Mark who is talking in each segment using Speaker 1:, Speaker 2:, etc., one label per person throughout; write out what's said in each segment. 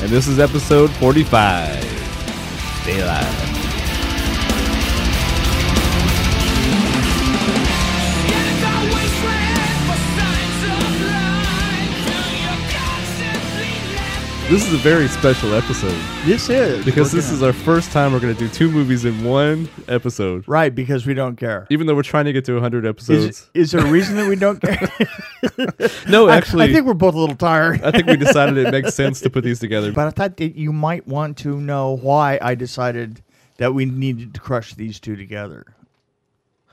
Speaker 1: and this is episode 45. Stay alive. This is a very special episode
Speaker 2: This is
Speaker 1: because
Speaker 2: we're
Speaker 1: this
Speaker 2: gonna-
Speaker 1: is our first time we're going to do two movies in one episode.
Speaker 2: right because we don't care.
Speaker 1: Even though we're trying to get to 100 episodes.
Speaker 2: Is, is there a reason that we don't care?
Speaker 1: no,
Speaker 2: I-
Speaker 1: actually, uh,
Speaker 2: I, think we're both a little tired.
Speaker 1: I think we decided it makes sense to put these together.
Speaker 2: but I thought that you might want to know why I decided that we needed to crush these two together.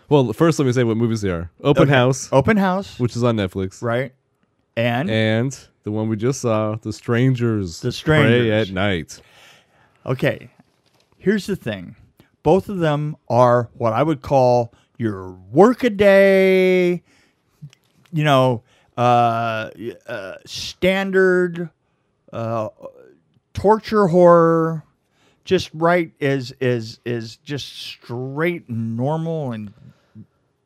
Speaker 1: Well, first, let me say what movies they are Open
Speaker 2: Okay.
Speaker 1: House,
Speaker 2: Open house,
Speaker 1: which is on Netflix,
Speaker 2: right? And,
Speaker 1: and the one we just saw, The Strangers.
Speaker 2: The
Speaker 1: Pray
Speaker 2: Strangers.
Speaker 1: at Night.
Speaker 2: okay, here's the thing: both of them are what I would call your workaday, you know, uh, uh, standard uh, torture horror. Just right is is is just straight and normal and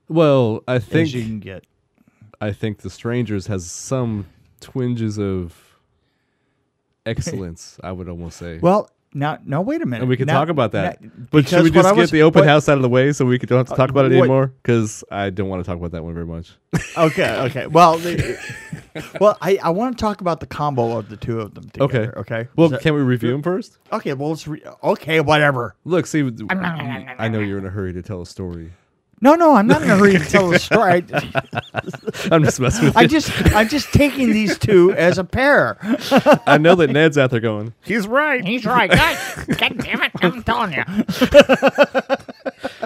Speaker 1: Well, I
Speaker 2: as you
Speaker 1: think
Speaker 2: can get.
Speaker 1: I think The Strangers has some twinges of excellence. I would almost say.
Speaker 2: Well, now, now wait a minute.
Speaker 1: and we can
Speaker 2: Now-
Speaker 1: talk about that.
Speaker 2: now-
Speaker 1: but should
Speaker 2: because
Speaker 1: we
Speaker 2: what
Speaker 1: just
Speaker 2: I
Speaker 1: get
Speaker 2: was-
Speaker 1: the open
Speaker 2: what- Uh,
Speaker 1: house out of the way so we could don't have to talk about it
Speaker 2: what-
Speaker 1: anymore? Because I don't want to talk about that one very much.
Speaker 2: Okay, okay. Well, the, well, I, I want to talk about the combo of the two of them
Speaker 1: Okay.
Speaker 2: together. Okay.
Speaker 1: Well,
Speaker 2: Is that-
Speaker 1: can we review them first?
Speaker 2: okay. Well, let's. Re- okay, whatever.
Speaker 1: Look, see, I know you're in a hurry to tell a story.
Speaker 2: No, no, I'm not in a hurry to tell the story. I,
Speaker 1: I'm just messing with you.
Speaker 2: I just, I'm just taking these two as a pair.
Speaker 1: I know that Ned's out there going. He's right.
Speaker 3: He's right. God, God damn it, I'm telling you.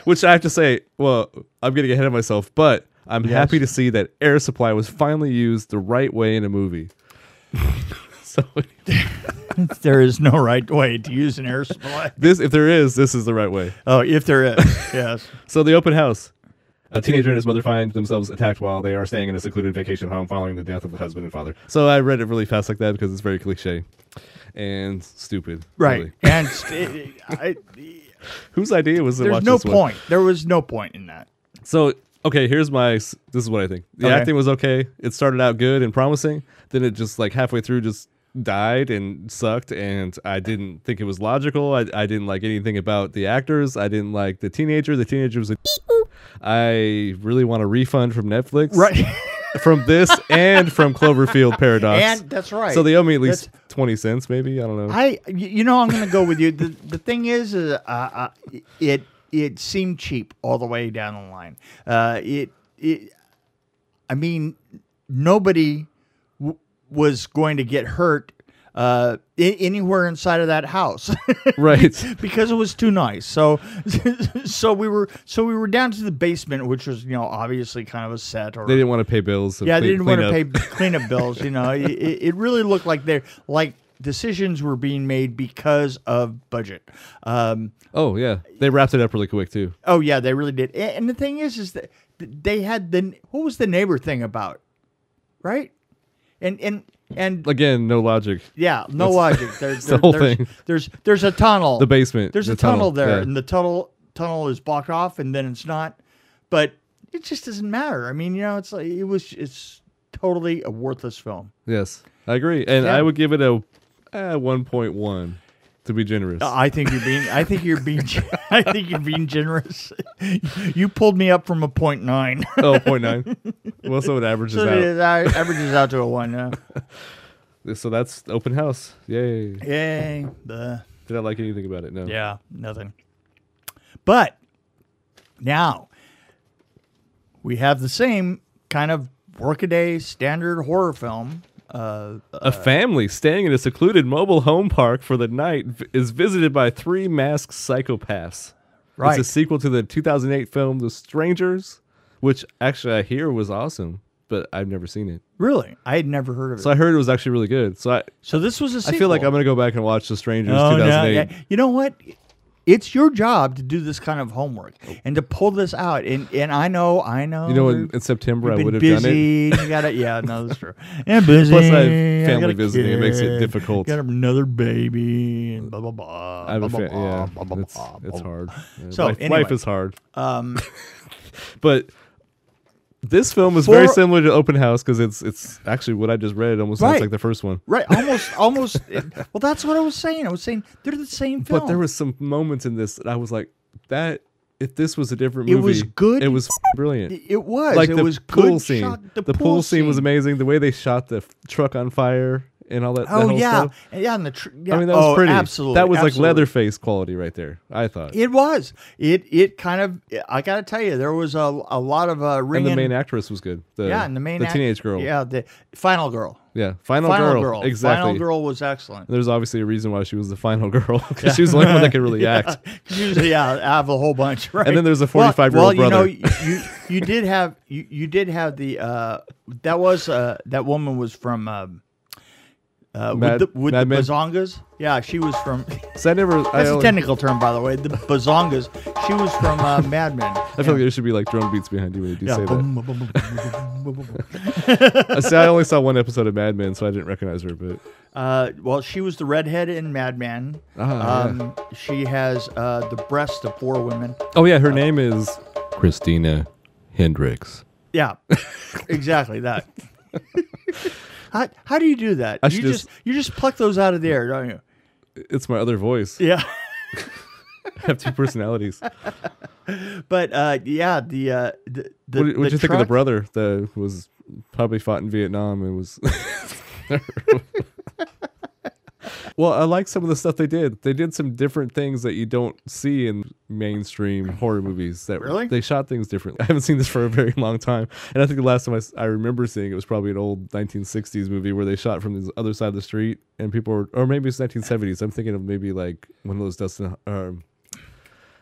Speaker 1: Which I have to say, well, I'm getting ahead of myself, but I'm happy to
Speaker 2: Yes.
Speaker 1: see that air supply was finally used the right way in a movie. so
Speaker 2: There is no right way to use an air supply.
Speaker 1: this, if there is, this is the right way.
Speaker 2: Oh, if there is, yes.
Speaker 1: So the open house. A teenager and his mother find themselves attacked while they are staying in a secluded vacation home following the death of the husband and father. So I read it really fast like that because it's very cliche and stupid.
Speaker 2: Right.
Speaker 1: really.
Speaker 2: And st- I,
Speaker 1: Whose idea was to
Speaker 2: there's
Speaker 1: watch
Speaker 2: no
Speaker 1: this one?
Speaker 2: point. There was no point in that.
Speaker 1: So okay, here's my. s- This is what I think. The
Speaker 2: Okay.
Speaker 1: acting was okay. It started out good and promising. Then it just like halfway through just died and sucked. And I didn't think it was logical. I, I didn't like anything about the actors. I didn't like the teenager. The teenager was a. I really want a refund from Netflix.
Speaker 2: Right.
Speaker 1: From this and from Cloverfield Paradox.
Speaker 2: and that's right.
Speaker 1: So they owe me at least twenty cents, maybe. I don't know.
Speaker 2: I, y- you know, I'm going to go with you. The, the thing is, is, uh, uh, it it seemed cheap all the way down the line. Uh, it, it, I mean, nobody w- was going to get hurt uh, I- anywhere inside of that house
Speaker 1: right.
Speaker 2: because it was too nice. So, so we were so we were down to the basement, which was you know obviously kind of a set or
Speaker 1: They didn't want to pay bills. so
Speaker 2: yeah, they
Speaker 1: clean-
Speaker 2: didn't
Speaker 1: clean
Speaker 2: want to
Speaker 1: up.
Speaker 2: pay cleanup bills. You know, it, it it really looked like they're like decisions were being made because of budget. Um,
Speaker 1: Oh yeah, they wrapped it up really quick too.
Speaker 2: oh yeah, they really did. A- And the thing is, is that they had the what was the neighbor thing about, right? And and and
Speaker 1: Again, no logic.
Speaker 2: yeah, no logic. There,
Speaker 1: the whole
Speaker 2: there's,
Speaker 1: thing.
Speaker 2: There's there's a tunnel.
Speaker 1: The basement.
Speaker 2: There's
Speaker 1: the
Speaker 2: a tunnel, there,
Speaker 1: yeah.
Speaker 2: and the tunnel tunnel is blocked off, and then it's not. But it just doesn't matter. I mean, you know, it's like it was. It's totally a worthless film.
Speaker 1: Yes, I agree, and
Speaker 2: Yeah.
Speaker 1: I would give it a uh, one point one to be generous.
Speaker 2: I think you're being. I think you're being. gen- I think you're being generous. You pulled me up from a point nine,
Speaker 1: oh, 0.9. well, so it averages
Speaker 2: so
Speaker 1: out.
Speaker 2: it a- averages out to a one. Yeah.
Speaker 1: So that's open house. Yay!
Speaker 2: Yay. The,
Speaker 1: Did I like anything about it? No.
Speaker 2: yeah. Nothing. But now we have the same kind of workaday standard horror film. Uh,
Speaker 1: A family staying in a secluded mobile home park for the night v- is visited by three masked psychopaths.
Speaker 2: Right.
Speaker 1: It's a sequel to the 2008 film The Strangers, which actually I hear was awesome, but I've never seen it.
Speaker 2: really, I had never heard of it.
Speaker 1: So I heard it was actually really good. So I,
Speaker 2: So this was a
Speaker 1: I
Speaker 2: sequel.
Speaker 1: feel like I'm gonna go back and watch The Strangers
Speaker 2: Oh, no,
Speaker 1: 2008.
Speaker 2: yeah. You know what? It's your job to do this kind of homework and to pull this out. And and I know, I know.
Speaker 1: You know, in,
Speaker 2: we've-
Speaker 1: in September
Speaker 2: we've
Speaker 1: I
Speaker 2: been
Speaker 1: would have done it.
Speaker 2: busy. You got it. Yeah, no, that's true. Yeah, busy.
Speaker 1: Plus, I have
Speaker 2: got
Speaker 1: family
Speaker 2: a
Speaker 1: visiting. It makes it
Speaker 2: kid,
Speaker 1: difficult.
Speaker 2: Got another baby. And blah blah blah.
Speaker 1: I have a
Speaker 2: blah,
Speaker 1: fa-
Speaker 2: blah,
Speaker 1: yeah,
Speaker 2: blah, blah,
Speaker 1: it's,
Speaker 2: blah, Um,
Speaker 1: it's
Speaker 2: blah.
Speaker 1: hard. Yeah,
Speaker 2: So,
Speaker 1: life,
Speaker 2: anyway.
Speaker 1: life is hard.
Speaker 2: Um,
Speaker 1: But This film is very
Speaker 2: For-
Speaker 1: similar to Open House because it's it's actually what I just read. Almost sounds
Speaker 2: Right.
Speaker 1: like the first one.
Speaker 2: Right, almost, almost. well, that's what I was saying. I was saying they're the same film.
Speaker 1: But there was some moments in this that I was like, that if this was a different
Speaker 2: It
Speaker 1: movie,
Speaker 2: was good.
Speaker 1: It was f- brilliant.
Speaker 2: it was
Speaker 1: like
Speaker 2: it
Speaker 1: the
Speaker 2: was
Speaker 1: pool
Speaker 2: good
Speaker 1: scene.
Speaker 2: shot-
Speaker 1: the, pool scene, was amazing. The way they shot the f- truck on fire and all that. that
Speaker 2: Oh
Speaker 1: whole
Speaker 2: yeah,
Speaker 1: stuff.
Speaker 2: And yeah, and the tr- yeah.
Speaker 1: I mean that was
Speaker 2: oh,
Speaker 1: pretty.
Speaker 2: Absolutely,
Speaker 1: that was
Speaker 2: absolutely.
Speaker 1: like Leatherface quality right there. I thought.
Speaker 2: It was. It it kind of. I gotta tell you, there was a a lot of uh,
Speaker 1: and
Speaker 2: ringing.
Speaker 1: the main actress was good. The,
Speaker 2: yeah, and the main
Speaker 1: the
Speaker 2: act-
Speaker 1: teenage girl.
Speaker 2: Yeah, the final girl.
Speaker 1: yeah. Final,
Speaker 2: Final
Speaker 1: girl.
Speaker 2: girl.
Speaker 1: Exactly.
Speaker 2: Final girl was excellent.
Speaker 1: There's obviously a reason why she was the final girl because she was the only one that could really act.
Speaker 2: Usually, yeah, I have a whole bunch. Right.
Speaker 1: then there's a
Speaker 2: Well-
Speaker 1: 45-year-old
Speaker 2: well,
Speaker 1: brother.
Speaker 2: you know, you you did have you, you did have the uh that was uh that woman was from um uh,
Speaker 1: Mad-
Speaker 2: with the, with
Speaker 1: Mad
Speaker 2: the
Speaker 1: Men?
Speaker 2: bazongas. Yeah, she was from.
Speaker 1: So I never. I,
Speaker 2: That's a
Speaker 1: only-
Speaker 2: technical term, by the way. The bazongas. She was from uh, Mad Men.
Speaker 1: I feel like there should be like drum beats behind you when you do
Speaker 2: Yeah.
Speaker 1: say that.
Speaker 2: Boom, boom, boom, boom, boom, boom, boom.
Speaker 1: I see, I only saw one episode of Mad Men, so I didn't recognize her. But
Speaker 2: Uh, well, she was the redhead in Mad Men.
Speaker 1: Ah,
Speaker 2: um, She has uh, the breast of four women.
Speaker 1: oh yeah, her name is Christina Hendricks.
Speaker 2: Yeah, exactly that. how, how do you do that?
Speaker 1: I
Speaker 2: you
Speaker 1: should
Speaker 2: just,
Speaker 1: just-
Speaker 2: you just pluck those out of the air, don't you?
Speaker 1: It's my other voice.
Speaker 2: Yeah,
Speaker 1: I have two personalities. What
Speaker 2: but uh, yeah, the uh, the, the
Speaker 1: did what'd you
Speaker 2: the
Speaker 1: think of the
Speaker 2: truck-
Speaker 1: brother that was probably fought in Vietnam and was? well, I like some of the stuff they did. They did some different things that you don't see in mainstream horror movies. That
Speaker 2: Really?
Speaker 1: they shot things differently. I haven't seen this for a very long time, and I think the last time I, s- I remember seeing it was probably an old 1960s movie where they shot from the other side of the street, and people were, or maybe it's 1970s. I'm thinking of maybe like one of those Dustin. Um,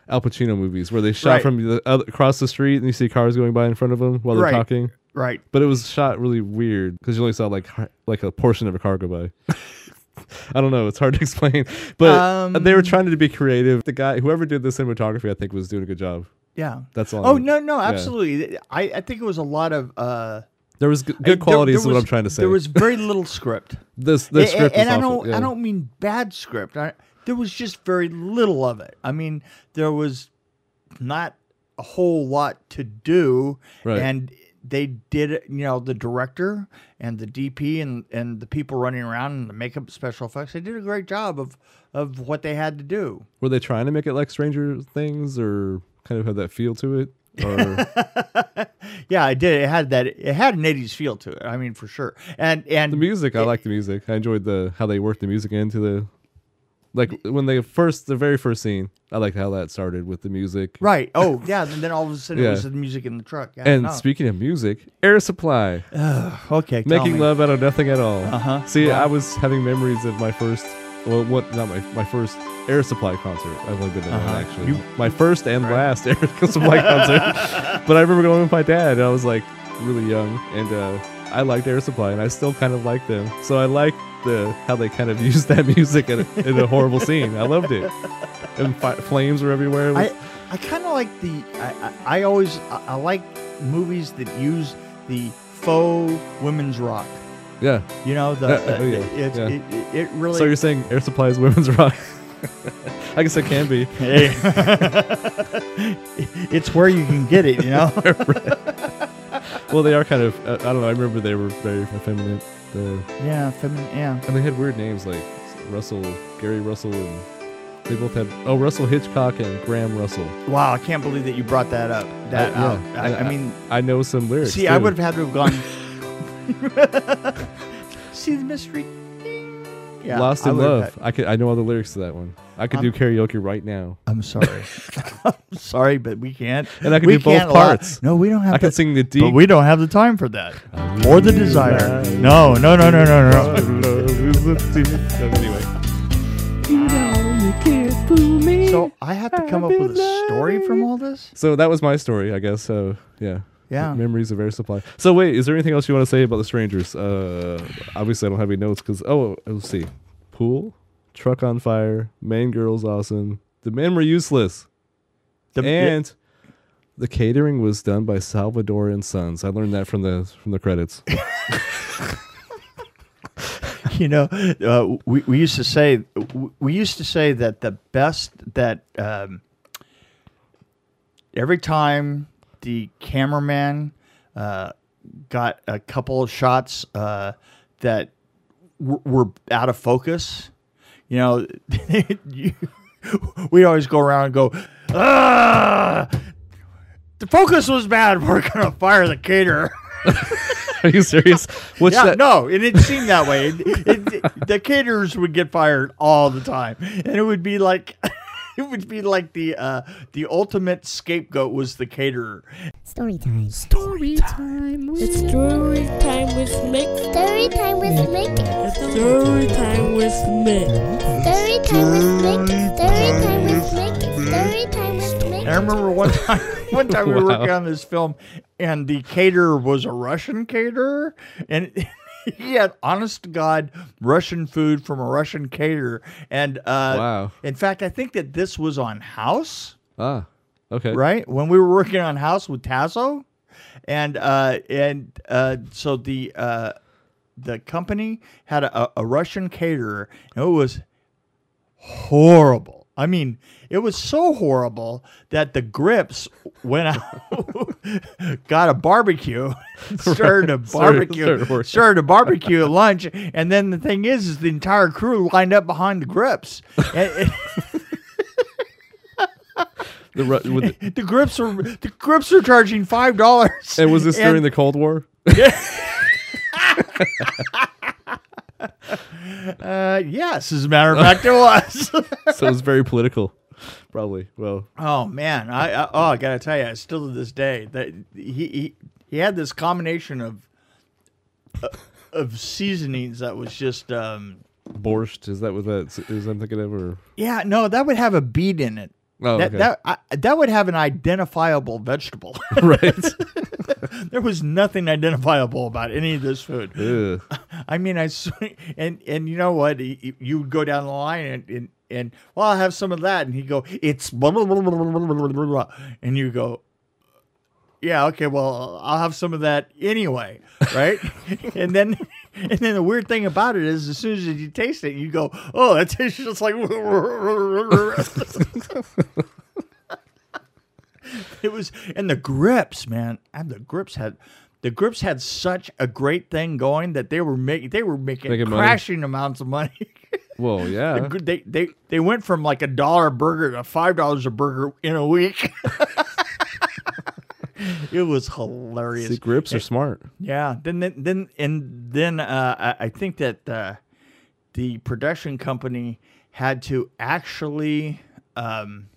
Speaker 1: Al Pacino movies where they shot
Speaker 2: Right.
Speaker 1: from the other, across the street and you see cars going by in front of them while they're
Speaker 2: Right.
Speaker 1: talking.
Speaker 2: Right.
Speaker 1: But it was shot really weird because you only saw like hi- like a portion of a car go by. I don't know. It's hard to explain, but
Speaker 2: Um,
Speaker 1: they were trying to be creative. The guy, whoever did the cinematography, I think was doing a good job.
Speaker 2: Yeah.
Speaker 1: That's all.
Speaker 2: Oh
Speaker 1: I'm-
Speaker 2: no, no,
Speaker 1: yeah.
Speaker 2: absolutely. I, I think it was a lot of uh,
Speaker 1: There was g-
Speaker 2: there-
Speaker 1: good quality. Is
Speaker 2: there
Speaker 1: what
Speaker 2: was-
Speaker 1: I'm trying to say.
Speaker 2: There was very little script.
Speaker 1: this the
Speaker 2: A- a-
Speaker 1: script
Speaker 2: and
Speaker 1: was
Speaker 2: I
Speaker 1: awful.
Speaker 2: don't
Speaker 1: yeah.
Speaker 2: I don't mean bad script. I, there was just very little of it. I mean, there was not a whole lot to do,
Speaker 1: Right.
Speaker 2: and they did it. You know, the director and the DP and and the people running around and the makeup special effects. They did a great job of of what they had to do.
Speaker 1: Were they trying to make it like Stranger Things or kind of have that feel to it? Or
Speaker 2: Yeah, I did. It had that. It had an '80s feel to it. I mean, for sure. And and
Speaker 1: the music, I like the music. I enjoyed the how they worked the music into the like when they first the very first scene. I liked how that started with the music.
Speaker 2: right. Oh yeah. And then all of a sudden
Speaker 1: Yeah.
Speaker 2: it was the music in the truck. Yeah,
Speaker 1: And
Speaker 2: no.
Speaker 1: speaking of music, Air Supply
Speaker 2: okay, tell
Speaker 1: making
Speaker 2: me.
Speaker 1: love out of nothing at all.
Speaker 2: Uh-huh.
Speaker 1: See, I was having memories of my first, well, what? Not my my first Air Supply concert. I've only been to
Speaker 2: Uh-huh.
Speaker 1: one actually.
Speaker 2: You-
Speaker 1: my first and last Air Supply concert. But I remember going with my dad, and I was like really young, and uh, I liked Air Supply, and I still kind of like them. So I like the how they kind of used that music in, a- in a horrible scene. I loved it. And fi- flames were everywhere. It was-
Speaker 2: I, I kind of like the. I, I, I always I, I like movies that use the faux women's rock.
Speaker 1: yeah.
Speaker 2: You know the.
Speaker 1: Yeah,
Speaker 2: the-
Speaker 1: oh, yeah,
Speaker 2: it's-
Speaker 1: yeah.
Speaker 2: It, it, it really.
Speaker 1: So you're saying Air Supply is women's rock? I guess it can be.
Speaker 2: it's where you can get it. You know.
Speaker 1: Well, they are kind of. Uh, I don't know. I remember they were very effeminate, uh,
Speaker 2: yeah, feminine. Yeah.
Speaker 1: and they had weird names like Russell, Gary Russell, and they both had. Oh, Russell Hitchcock and Graham Russell.
Speaker 2: Wow, I can't believe that you brought that up. That
Speaker 1: Oh, yeah.
Speaker 2: out. I, I mean,
Speaker 1: I know some lyrics.
Speaker 2: see, I
Speaker 1: too.
Speaker 2: would have had to have gone. see the mystery. Yeah,
Speaker 1: Lost
Speaker 2: I
Speaker 1: in
Speaker 2: would've
Speaker 1: Love.
Speaker 2: had-
Speaker 1: I could. I know all the lyrics to that one. I could do karaoke right now.
Speaker 2: I'm sorry. I'm sorry, but we can't.
Speaker 1: And I can
Speaker 2: we
Speaker 1: do both
Speaker 2: can't allow-
Speaker 1: parts.
Speaker 2: no, we don't have
Speaker 1: I
Speaker 2: to.
Speaker 1: could sing the D.
Speaker 2: but we don't have the time for that or the desire. No, no, no, no, no, no.
Speaker 1: anyway,
Speaker 2: So I have to come up with a story from all this.
Speaker 1: so that was my story, I guess. So yeah.
Speaker 2: Yeah.
Speaker 1: Memories of air supply. So wait, is there anything else you want to say about the strangers? Uh, obviously I don't have any notes because oh, let's see, pool, truck on fire, main girl's awesome, the men were useless,
Speaker 2: The-
Speaker 1: and the catering was done by Salvador and Sons. I learned that from the from the credits.
Speaker 2: you know, uh, we we used to say w- we used to say that the best that um, every time the cameraman uh, got a couple of shots uh, that w- were out of focus. You know, you, we always go around and go, ah, the focus was bad. We're going to fire the caterer.
Speaker 1: Are you serious? What's
Speaker 2: Yeah,
Speaker 1: that?
Speaker 2: no, it didn't seem that way. It, it, the caterers would get fired all the time, and it would be like, it would be like the uh, the ultimate scapegoat was the caterer.
Speaker 4: Story time.
Speaker 5: Story time with Story time with Mick.
Speaker 4: Story time with Mick.
Speaker 5: Story time with Mick.
Speaker 4: Story time with Mick. Story time with Mick. Story time with Mick.
Speaker 2: And I remember one time, one time we were
Speaker 1: Wow.
Speaker 2: working on this film, and the caterer was a Russian caterer, and he had honest to god Russian food from a Russian caterer. And uh,
Speaker 1: Wow.
Speaker 2: in fact, I think that this was on House.
Speaker 1: Ah, okay.
Speaker 2: right? When we were working on House with Tasso, and uh, and uh, so the uh, the company had a, a Russian caterer, and it was horrible. I mean, it was so horrible that the grips went out, got a barbecue, started a
Speaker 1: Started-
Speaker 2: barbecue,
Speaker 1: started working.
Speaker 2: started a barbecue at lunch, and then the thing is, is the entire crew lined up behind the grips. And-
Speaker 1: The, Ru- with the-
Speaker 2: The grips are the grips are charging five dollars.
Speaker 1: and was this during the Cold War?
Speaker 2: Uh, yes, as a matter of fact, it was.
Speaker 1: so it was very political, probably. Well,
Speaker 2: oh man, I, I oh I gotta tell you, I still to this day that he he, he had this combination of uh, of seasonings that was just um
Speaker 1: borscht is that what that is? I'm thinking of, or
Speaker 2: yeah no that would have a bead in it.
Speaker 1: Oh,
Speaker 2: that
Speaker 1: okay.
Speaker 2: that I, that would have an identifiable vegetable.
Speaker 1: right?
Speaker 2: there was nothing identifiable about any of this food.
Speaker 1: Ugh.
Speaker 2: I mean, I s- and and you know what? Y- y- You would go down the line and and, and well, I'll have some of that, and he'd go, "It's blah, blah, blah, blah, blah, blah, blah, blah, blah," and you go, "Yeah, okay, well, I'll have some of that anyway, right?" and then and then the weird thing about it is, as soon as you taste it, you go, "Oh, that tastes just like." it was and the grips man and the grips had the grips had such a great thing going that they were making they were making,
Speaker 1: Making money.
Speaker 2: crashing amounts of money
Speaker 1: Well,
Speaker 2: The
Speaker 1: yeah.
Speaker 2: gr- they, they they went from like a dollar burger to five dollars a burger in a week it was hilarious
Speaker 1: See, grips are smart.
Speaker 2: yeah. Then then, then and then uh, I, I think that uh, the production company had to actually um,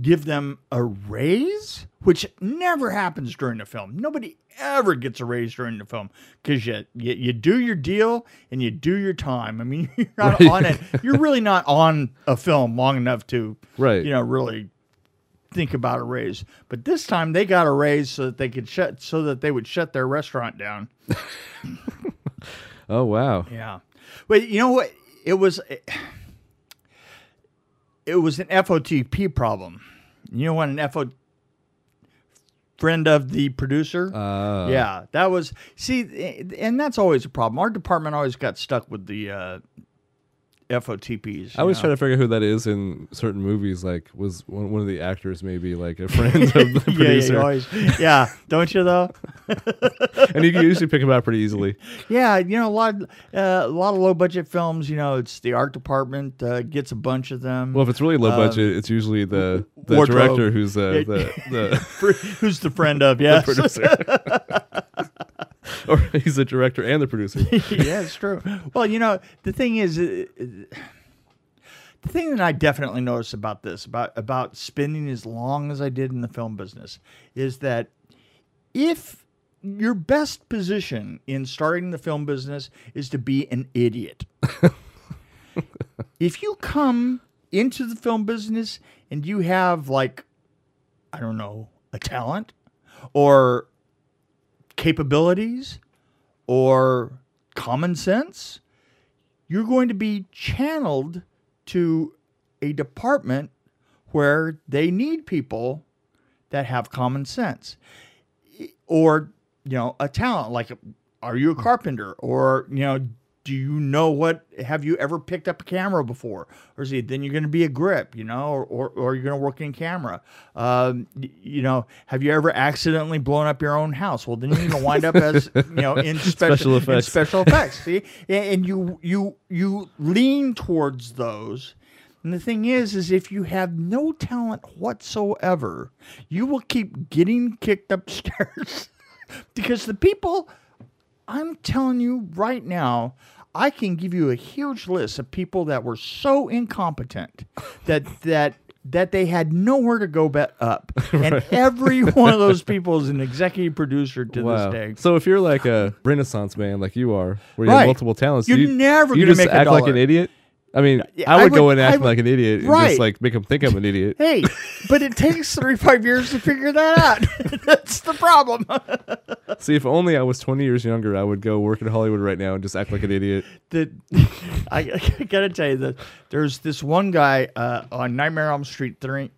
Speaker 2: give them a raise, which never happens during the film. Nobody ever gets a raise during the film because you, you you do your deal and you do your time. I mean, you're not on it. You're really not on a film long enough to
Speaker 1: Right.
Speaker 2: You know, really think about a raise. But this time they got a raise so that they could shut so that they would shut their restaurant down.
Speaker 1: Oh wow.
Speaker 2: Yeah. But you know what? It was it was an FOTP problem. You know what an FO friend of the producer?
Speaker 1: Uh,
Speaker 2: yeah, that was see, and that's always a problem. Our department always got stuck with the uh, FOTPs.
Speaker 1: I always try to figure out who that is in certain movies. Like, was one, one of the actors maybe like a friend of the
Speaker 2: yeah, yeah,
Speaker 1: producer?
Speaker 2: you always, yeah, don't you though?
Speaker 1: and you can usually pick him out pretty easily.
Speaker 2: Yeah, you know a lot, uh, a lot of low budget films. You know, it's the art department uh, gets a bunch of them.
Speaker 1: Well, if it's really low budget, it's usually the, the
Speaker 2: Um, wardrobe.
Speaker 1: director who's uh,
Speaker 2: It-
Speaker 1: the, the
Speaker 2: Fr- who's the friend of? Yes,
Speaker 1: producer. or he's the director and the producer.
Speaker 2: yeah, it's true. Well, you know, the thing is, uh, uh, the thing that I definitely noticed about this, about about spending as long as I did in the film business, is that if your best position in starting the film business is to be an idiot. if you come into the film business and you have like I don't know, a talent or capabilities or common sense, you're going to be channeled to a department where they need people that have common sense or, you know, a talent like, are you a carpenter or, you know, do you know what have you ever picked up a camera before or is it then you're going to be a grip you know or, or, or you're going to work in camera um, y- you know have you ever accidentally blown up your own house well then you're going to wind up as you know in special,
Speaker 1: Special
Speaker 2: in
Speaker 1: effects.
Speaker 2: special effects see and, and you you you lean towards those and the thing is is if you have no talent whatsoever you will keep getting kicked upstairs because the people I'm telling you right now, I can give you a huge list of people that were so incompetent that that that they had nowhere to go but up, and every one of those people is an executive producer to
Speaker 1: Wow.
Speaker 2: this day.
Speaker 1: So if you're like a renaissance man, like you are, where you
Speaker 2: Right.
Speaker 1: have multiple talents,
Speaker 2: You're
Speaker 1: you,
Speaker 2: never
Speaker 1: you
Speaker 2: gonna
Speaker 1: just
Speaker 2: make a
Speaker 1: act like an
Speaker 2: dollar.
Speaker 1: idiot. I mean,
Speaker 2: Yeah,
Speaker 1: I,
Speaker 2: I
Speaker 1: would go
Speaker 2: would-
Speaker 1: in
Speaker 2: I
Speaker 1: acting
Speaker 2: would-
Speaker 1: like an idiot and
Speaker 2: Right.
Speaker 1: just like make them think I'm an idiot.
Speaker 2: Hey, but it takes thirty five years to figure that out. That's the problem.
Speaker 1: See, if only I was 20 years younger, I would go work in Hollywood right now and just act like an idiot.
Speaker 2: the I, I gotta tell you that there's this one guy uh, on Nightmare on Elm Street three,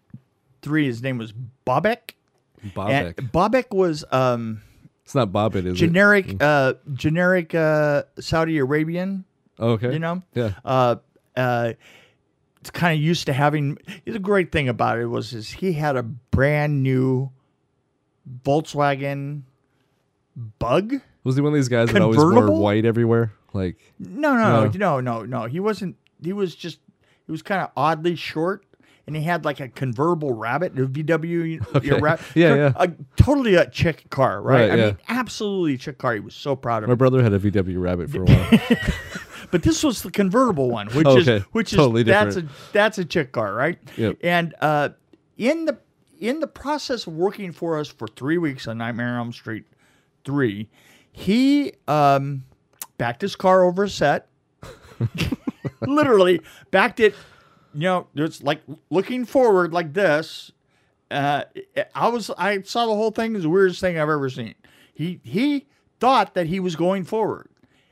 Speaker 2: three. His name was Bobek. And
Speaker 1: Bobek.
Speaker 2: Bobek was um,
Speaker 1: It's not Bobbit, is Hmm.
Speaker 2: generic, uh, generic uh, Saudi Arabian.
Speaker 1: it? Oh, Okay.
Speaker 2: You know,
Speaker 1: Yeah.
Speaker 2: uh, uh, it's kind of used to having. The great thing about it was is he had a brand new Volkswagen Bug.
Speaker 1: Was he one of these guys that always wore
Speaker 2: Convertible?
Speaker 1: white everywhere? Like,
Speaker 2: No,
Speaker 1: No.
Speaker 2: no, no, no, no, no. He wasn't. He was just. He was kind of oddly short, and he had like a convertible rabbit, a VW, you know,
Speaker 1: Okay.
Speaker 2: rabbit.
Speaker 1: Yeah, yeah.
Speaker 2: A, totally a chick car, right?
Speaker 1: Right,
Speaker 2: I
Speaker 1: yeah.
Speaker 2: mean, absolutely a chick car. He was so proud of
Speaker 1: my
Speaker 2: it.
Speaker 1: brother had a VW rabbit for a while.
Speaker 2: But this was the convertible one, which
Speaker 1: Okay.
Speaker 2: is which
Speaker 1: Totally
Speaker 2: is that's a
Speaker 1: different.
Speaker 2: that's a chick car, right?
Speaker 1: Yep.
Speaker 2: And uh, in the in the process of working for us for three weeks on Nightmare on Elm Street three, he um, backed his car over a set. Literally backed it. You know, it's like looking forward like this. Uh, I was I saw the whole thing as the weirdest thing I've ever seen. He he thought that he was going forward,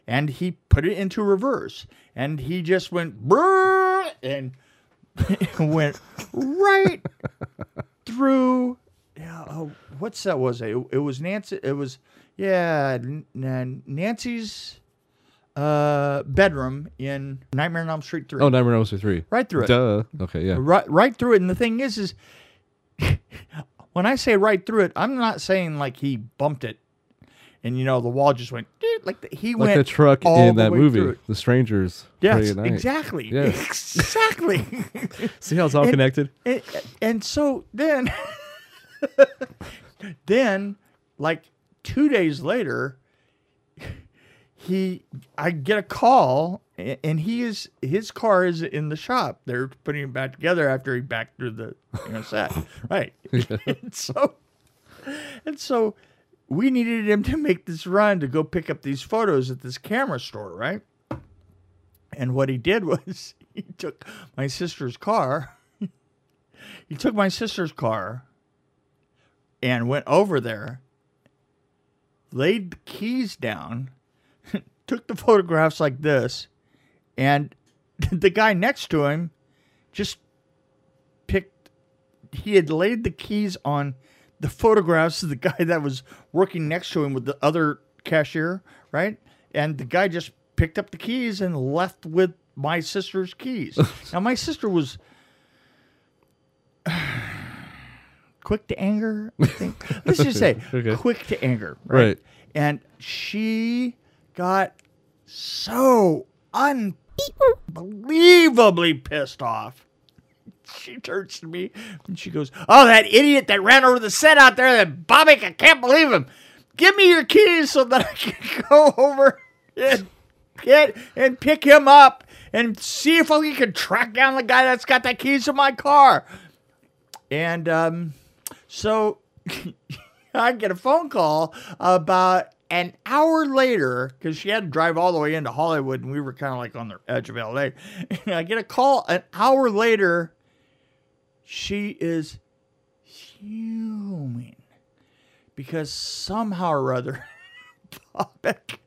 Speaker 2: and he put it into reverse, and he just went brrr and went right through. Yeah, oh, what's that? Was it? It was Nancy. It was yeah, N- N- Nancy's uh, bedroom in Nightmare on Elm Street three.
Speaker 1: oh, Nightmare on Elm Street 3.
Speaker 2: Right through it.
Speaker 1: Duh. Okay, yeah.
Speaker 2: right right through it. And the thing is, is when I say right through it, I'm not saying like he bumped it, and you know the wall just went "Deet," like the, he
Speaker 1: Like
Speaker 2: went
Speaker 1: the truck
Speaker 2: all
Speaker 1: in
Speaker 2: the
Speaker 1: that
Speaker 2: way through
Speaker 1: movie,
Speaker 2: it.
Speaker 1: The Strangers. Pray
Speaker 2: Yes,
Speaker 1: at Night.
Speaker 2: exactly,
Speaker 1: Yeah.
Speaker 2: exactly.
Speaker 1: See how it's all
Speaker 2: And-
Speaker 1: connected?
Speaker 2: and, and so then, then like two days later, he I get a call a- and he is his car is in the shop. They're putting it back together after he backed through the you know, set. Right. and so and so we needed him to make this run to go pick up these photos at this camera store, right? And what he did was he took my sister's car. he took my sister's car and went over there, laid the keys down, took the photographs like this, and the guy next to him just picked he had laid the keys on the photographs of the guy that was working next to him with the other cashier, right? And the guy just picked up the keys and left with my sister's keys. now my sister was quick to anger, I think. Let's just say
Speaker 1: Okay.
Speaker 2: quick to anger,
Speaker 1: Right.
Speaker 2: right? And she got so unbelievably pissed off she turns to me and she goes, Oh, that idiot that ran over the set out there, that Bobby, I can't believe him. Give me your keys so that I can go over and get and pick him up and see if we can track down the guy that's got the keys to my car. And um, so I get a phone call about an hour later because she had to drive all the way into Hollywood and we were kind of like on the edge of LA. And I get a call an hour later. She is fuming because somehow or other, Bobek,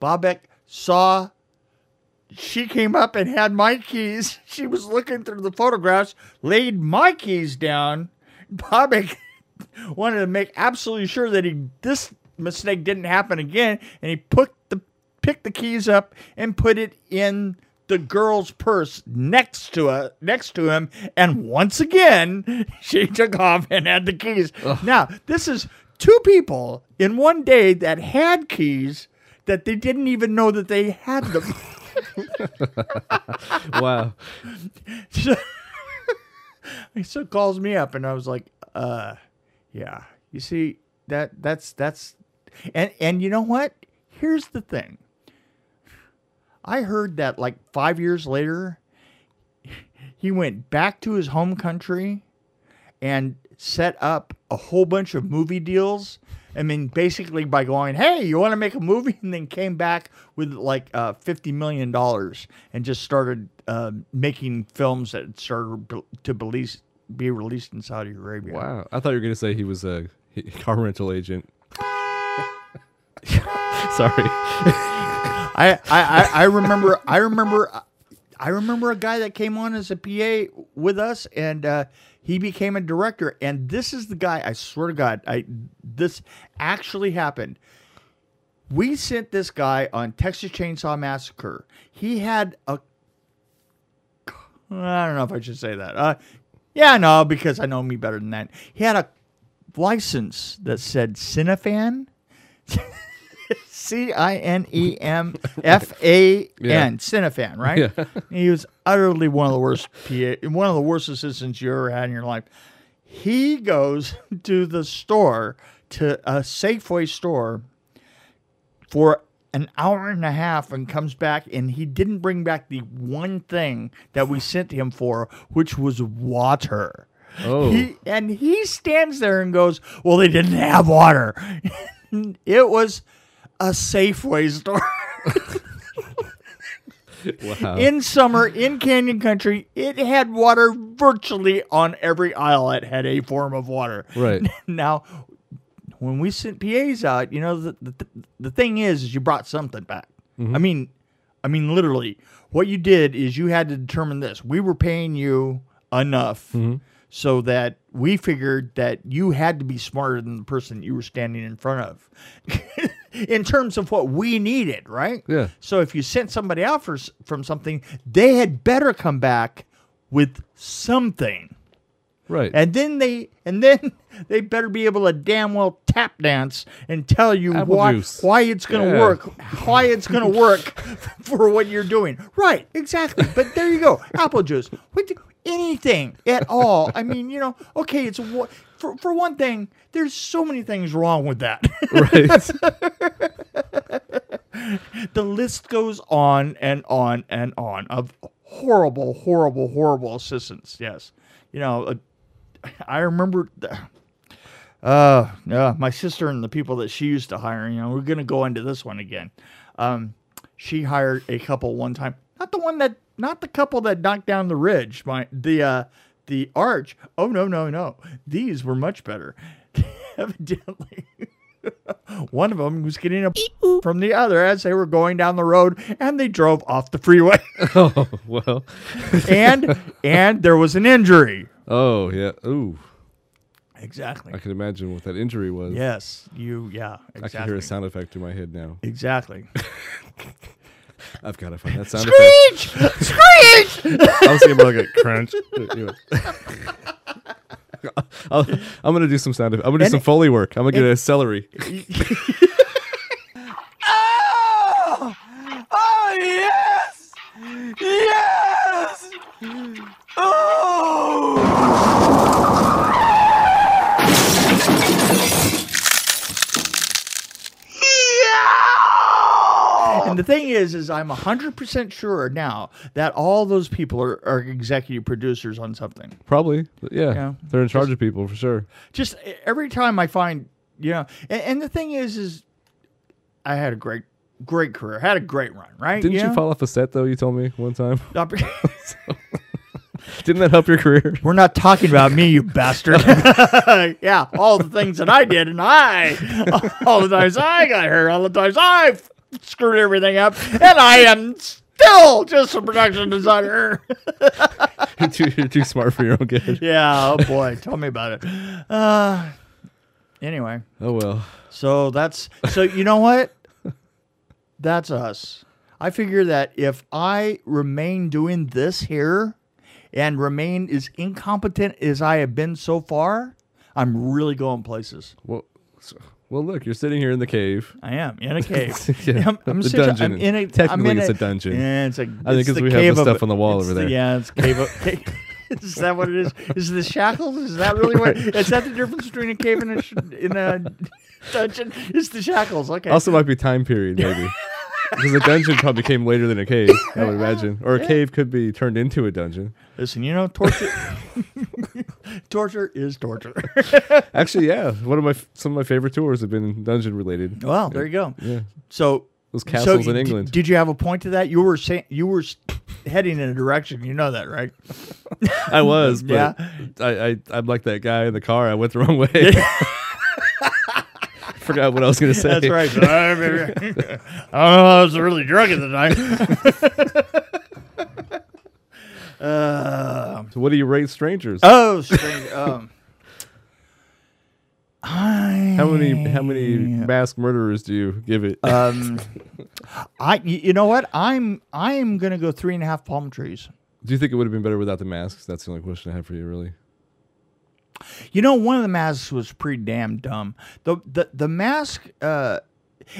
Speaker 2: Bobek saw she came up and had my keys. She was looking through the photographs, laid my keys down. Bobby wanted to make absolutely sure that he this mistake didn't happen again, and he put the picked the keys up and put it in the girl's purse next to a, next to him. And once again, she took off and had the keys. Now, this is two people in one day that had keys that they didn't even know that they had them.
Speaker 1: Wow.
Speaker 2: So- he still calls me up and I was like, uh, yeah. You see, that that's that's and and you know what? Here's the thing. I heard that like five years later, he went back to his home country and set up a whole bunch of movie deals. I mean, basically by going, hey, you want to make a movie? And then came back with like uh, $50 million and just started uh, making films that started be- to release, be released in Saudi Arabia.
Speaker 1: Wow. I thought you were going to say he was a he- car rental agent. Sorry.
Speaker 2: I, I, I, I remember I remember I remember a guy that came on as a PA with us and uh, he became a director and this is the guy I swear to God I this actually happened. We sent this guy on Texas Chainsaw Massacre. He had a I don't know if I should say that. Uh, yeah, no, because I know me better than that. He had a license that said Cinefan. C I N E M F A
Speaker 1: Yeah.
Speaker 2: N, Cinefan, right? He was utterly one of the worst PA, one of the worst assistants you ever had in your life. He goes to the store, to a Safeway store, for an hour and a half and comes back and he didn't bring back the one thing that we sent him for, which was water.
Speaker 1: Oh.
Speaker 2: He, and he stands there and goes, Well, they didn't have water. it was a Safeway store
Speaker 1: wow.
Speaker 2: in summer in Canyon Country. It had water virtually on every aisle. It had a form of water.
Speaker 1: Right.
Speaker 2: now, when we sent PAs out, you know the the, the thing is, is you brought something back. I mean, I mean literally, what you did is you had to determine this. We were paying you enough so that we figured that you had to be smarter than the person you were standing in front of. In terms of what we needed, right?
Speaker 1: Yeah.
Speaker 2: So if you sent somebody out for, s- from something, they had better come back with something
Speaker 1: Right.
Speaker 2: and then they and then they better be able to damn well tap dance and tell you
Speaker 1: Apple
Speaker 2: why
Speaker 1: juice.
Speaker 2: why it's gonna
Speaker 1: Yeah.
Speaker 2: work, why it's gonna work for what you're doing. Right, exactly. But there you go, apple juice. What do- anything at all? I mean, you know, okay, it's wa- for for one thing. There's so many things wrong with that.
Speaker 1: right.
Speaker 2: the list goes on and on and on of horrible, horrible, horrible assistants. Yes, you know, uh, I remember. th- Uh, yeah, my sister and the people that she used to hire. You know, we're gonna go into this one again. Um, she hired a couple one time, not the one that, not the couple that knocked down the ridge, my the uh, the arch. Oh no, no, no, these were much better. Evidently, one of them was getting a from the other as they were going down the road, and they drove off the freeway,
Speaker 1: Oh, well.
Speaker 2: and and there was an injury.
Speaker 1: Oh, yeah. Ooh.
Speaker 2: Exactly.
Speaker 1: I can imagine what that injury was.
Speaker 2: Yes, you. Yeah,
Speaker 1: I
Speaker 2: exactly.
Speaker 1: can hear a sound effect in my head now.
Speaker 2: Exactly.
Speaker 1: I've got to find that sound effect.
Speaker 2: Screech! Screech!
Speaker 1: I was thinking about like a crunch. Anyway. I'll, I'm gonna do some sound. eff- I'm gonna do
Speaker 2: And-
Speaker 1: some foley work. I'm gonna get a celery.
Speaker 2: oh! oh yes! Yes! Oh! And the thing is, is I'm hundred percent sure now that all those people are, are executive producers on something.
Speaker 1: Probably. Yeah.
Speaker 2: Yeah.
Speaker 1: They're in charge of people for sure.
Speaker 2: just e, every time I find, you know, and, and the thing is, is I had a great, great career, had a great run, right?
Speaker 1: Didn't
Speaker 2: know?
Speaker 1: you fall off a set though? You told me one time.
Speaker 2: Stop-
Speaker 1: Didn't that help your career?
Speaker 2: We're not talking about me, you bastard. yeah, all the things that I did, and I, all the times I got hurt, all the times I screwed everything up, and I am still just a production designer.
Speaker 1: you're, too, you're too smart for your own good.
Speaker 2: yeah, oh boy, tell me about it. Uh, anyway.
Speaker 1: Oh well.
Speaker 2: So that's so you know what? That's us. I figure that if I remain doing this here and remain as incompetent as I have been so far, I'm really going places.
Speaker 1: Well, so- well, look, you're sitting here in the cave.
Speaker 2: I am in a cave.
Speaker 1: Yeah,
Speaker 2: I'm, I'm
Speaker 1: the
Speaker 2: situ-
Speaker 1: dungeon.
Speaker 2: I'm in a,
Speaker 1: Technically,
Speaker 2: I'm in
Speaker 1: it's a dungeon.
Speaker 2: Yeah, it's a.
Speaker 1: I think
Speaker 2: it's
Speaker 1: it's
Speaker 2: the
Speaker 1: we have the
Speaker 2: cave of
Speaker 1: stuff
Speaker 2: it.
Speaker 1: on the wall
Speaker 2: It's
Speaker 1: over
Speaker 2: the-
Speaker 1: there.
Speaker 2: yeah, it's cave. Of, ca- is that what it is? Is the shackles? Is that really what? Is that the difference between a cave and a sh- in a dungeon? It's the shackles. Okay.
Speaker 1: Also, might be time period maybe, because a dungeon probably came later than a cave. I would imagine, or a cave could be turned into a dungeon.
Speaker 2: Listen, you know, torture. torture is torture.
Speaker 1: Actually, yeah, one of my f- some of my favorite tours have been dungeon related.
Speaker 2: Well, there you go.
Speaker 1: Yeah,
Speaker 2: So
Speaker 1: those
Speaker 2: so
Speaker 1: castles in
Speaker 2: d-
Speaker 1: England.
Speaker 2: did you have a point to that? You were saying you were s- heading in a direction. You know that, right?
Speaker 1: I was, but
Speaker 2: Yeah.
Speaker 1: I, I I'm like that guy in the car. I went the wrong way. Forgot what I was gonna say.
Speaker 2: That's right. But I, remember- I don't know. I was really drunk at the time. uh,
Speaker 1: So what do you rate strangers?
Speaker 2: oh, strange. Um, I
Speaker 1: How many how many masked murderers do you give it?
Speaker 2: Um, I y- you know what? I'm I am gonna go three and a half palm trees.
Speaker 1: do you think it would have been better without the masks? That's the only question I have for you, really.
Speaker 2: You know, one of the masks was pretty damn dumb. The the the mask. Uh,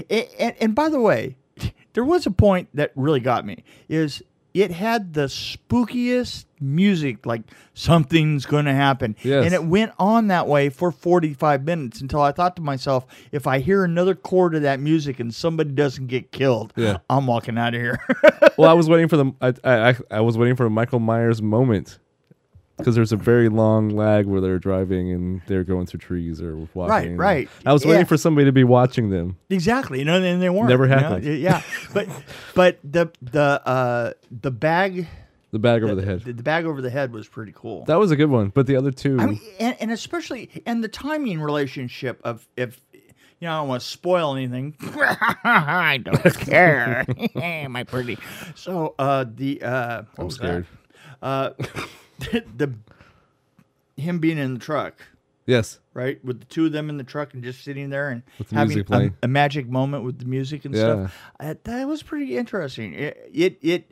Speaker 2: and, and by the way, there was a point that really got me. Is it had the spookiest music, like something's going to happen,
Speaker 1: Yes.
Speaker 2: and it went on that way for forty five minutes until I thought to myself, if I hear another chord of that music and somebody doesn't get killed,
Speaker 1: Yeah.
Speaker 2: I'm walking out of here.
Speaker 1: Well, I was waiting for the I I, I, I was waiting for a Michael Myers moment because there's a very long lag where they're driving and they're going through trees or walking.
Speaker 2: Right, right.
Speaker 1: I was waiting
Speaker 2: Yeah.
Speaker 1: for somebody to be watching them.
Speaker 2: Exactly. You know, and they weren't.
Speaker 1: Never
Speaker 2: you know?
Speaker 1: happened.
Speaker 2: Y- yeah, but but the the uh the bag
Speaker 1: The bag over the head.
Speaker 2: the, the bag over the head was pretty cool.
Speaker 1: that was a good one, but the other two.
Speaker 2: I mean, and, and especially and the timing relationship of if you know I don't want to spoil anything.
Speaker 3: I don't care. My pretty.
Speaker 2: So uh the uh what
Speaker 1: I'm
Speaker 2: was
Speaker 1: scared.
Speaker 2: that? Uh the him being in the truck.
Speaker 1: Yes.
Speaker 2: right? With the two of them in the truck and just sitting there and
Speaker 1: With the
Speaker 2: having
Speaker 1: music
Speaker 2: a-
Speaker 1: playing.
Speaker 2: A, magic moment with the music and stuff. Uh, that was pretty interesting. It it it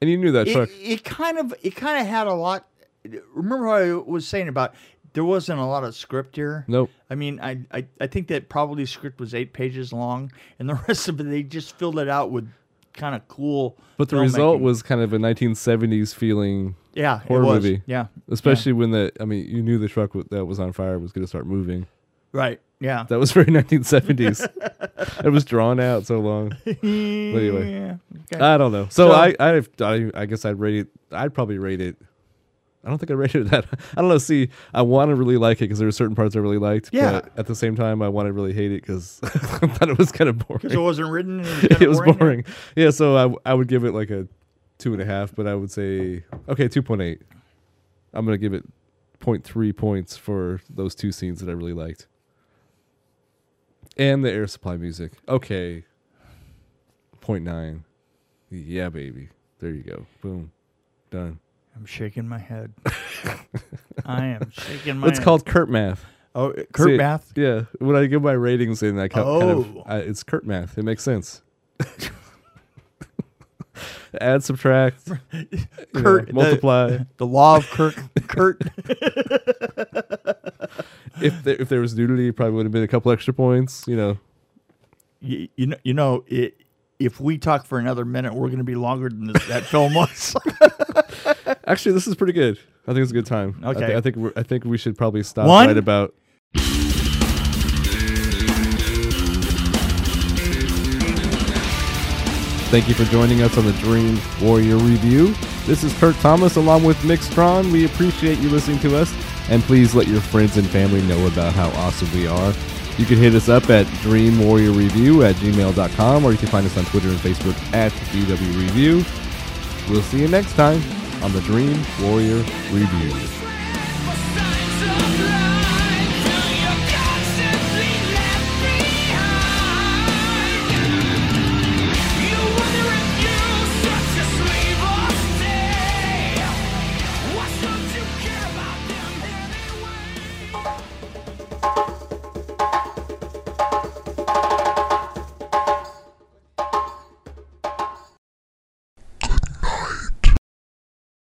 Speaker 1: And you knew that
Speaker 2: it,
Speaker 1: truck.
Speaker 2: it kind of it kind of had a lot. Remember what I was saying about there wasn't a lot of script here.
Speaker 1: Nope.
Speaker 2: I mean, I, I I think that probably script was eight pages long, and the rest of it they just filled it out with kind of cool.
Speaker 1: But the result
Speaker 2: filmmaking.
Speaker 1: was kind of a 1970s feeling,
Speaker 2: yeah, it
Speaker 1: horror
Speaker 2: was.
Speaker 1: movie.
Speaker 2: Yeah,
Speaker 1: especially when the I mean, you knew the truck wa- that was on fire was going to start moving.
Speaker 2: right. Yeah.
Speaker 1: That was very 1970s. it was drawn out so long. anyway. Uh,
Speaker 2: Yeah. Okay.
Speaker 1: I don't know. So,
Speaker 2: So-
Speaker 1: I, I, I, I guess I'd rate it. I'd probably rate it. I don't think I rated it that. I don't know. See, I want to really like it because there were certain parts I really liked.
Speaker 2: Yeah.
Speaker 1: But at the same time, I want to really hate it because I thought it was kind of boring.
Speaker 2: 'Cause it wasn't written. and
Speaker 1: it
Speaker 2: kinda
Speaker 1: was boring. Yeah. So I, I would give it like a two and a half, but I would say okay, two point eight. I'm gonna give it 0.3 points for those two scenes that I really liked, and the air supply music. Okay. 0.9. Yeah, baby. There you go. Boom. Done.
Speaker 2: I'm shaking my head. I am shaking my.
Speaker 1: It's
Speaker 2: head.
Speaker 1: called Kurt Math.
Speaker 2: oh uh, Kurt
Speaker 1: See,
Speaker 2: Math.
Speaker 1: Yeah. When I give my ratings in, I ca- kind
Speaker 2: Oh.
Speaker 1: of I, it's Kurt Math. It makes sense. Add, subtract, you know,
Speaker 2: Kurt the-
Speaker 1: multiply.
Speaker 2: The law of Kirk. Kurt.
Speaker 1: if there, if there was nudity, it probably would have been a couple extra points. You know.
Speaker 2: You, you know. You know it. If we talk for another minute, we're going to be longer than this, that film was.
Speaker 1: Actually, this is pretty good. I think it's a good time. I thi-
Speaker 2: Okay.
Speaker 1: I, think we're, I think we should probably stop
Speaker 2: One.
Speaker 1: right about. Thank you for joining us on the Dream Warrior Review. This is Kurt Thomas along with Mick Strawn. We appreciate you listening to us, and please let your friends and family know about how awesome we are. You can hit us up at dreamwarriorreview at gmail.com, or you can find us on Twitter and Facebook at DW Review. We'll see you next time on the Dream Warrior Review.